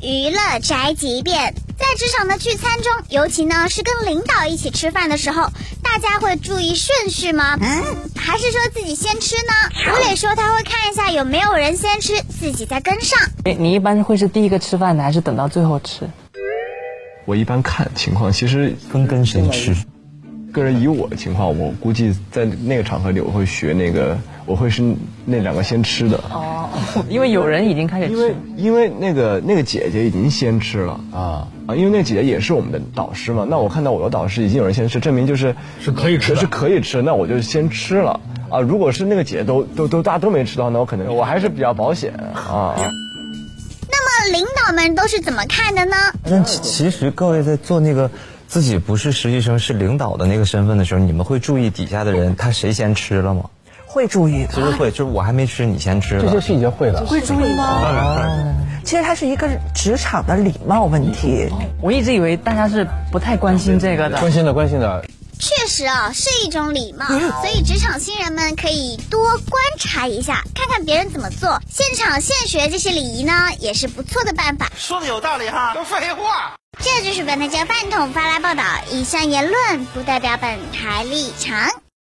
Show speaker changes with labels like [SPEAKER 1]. [SPEAKER 1] 娱乐宅急便。在职场的聚餐中，尤其呢是跟领导一起吃饭的时候，大家会注意顺序吗？还是说自己先吃呢？吴磊说他会看一下有没有人先吃，自己再跟上。
[SPEAKER 2] 你哎你一般会是第一个吃饭的，还是等到最后吃？
[SPEAKER 3] 我一般看情况，其实
[SPEAKER 4] 跟跟谁吃？
[SPEAKER 3] 个人以我的情况，我估计在那个场合里，我会学那个，我会是那两个先吃的，
[SPEAKER 2] 哦，因为有人已经开始
[SPEAKER 3] 因
[SPEAKER 2] 吃
[SPEAKER 3] 为。因为那个那个姐姐已经先吃了
[SPEAKER 4] 啊，
[SPEAKER 3] 啊，因为那姐姐也是我们的导师嘛。那我看到我的导师已经有人先吃，证明就是
[SPEAKER 5] 是可以吃的
[SPEAKER 3] 是可以吃，那我就先吃了啊。如果是那个姐姐都都都大家都没吃到，那我可能我还是比较保险啊。
[SPEAKER 1] 那么领导们都是怎么看的呢？
[SPEAKER 4] 但其其实各位在做那个自己不是实习生是领导的那个身份的时候，你们会注意底下的人他谁先吃了吗？
[SPEAKER 6] 会注意的。
[SPEAKER 4] 其实会，就是我还没吃，你先吃
[SPEAKER 5] 这些
[SPEAKER 4] 了。
[SPEAKER 5] 细节会的，
[SPEAKER 6] 会注意吗？
[SPEAKER 5] 当然当然，
[SPEAKER 6] 其实它是一个职场的礼貌问题。
[SPEAKER 2] 我一直以为大家是不太关心这个的。
[SPEAKER 5] 关心的关心的，
[SPEAKER 1] 确实啊、是一种礼貌，所以职场新人们可以多观察一下，看看别人怎么做，现场现学这些礼仪呢，也是不错的办法。
[SPEAKER 7] 说的有道理哈，都废话。
[SPEAKER 1] 这就是本台饭桶发来报道，以上言论不代表本台立场。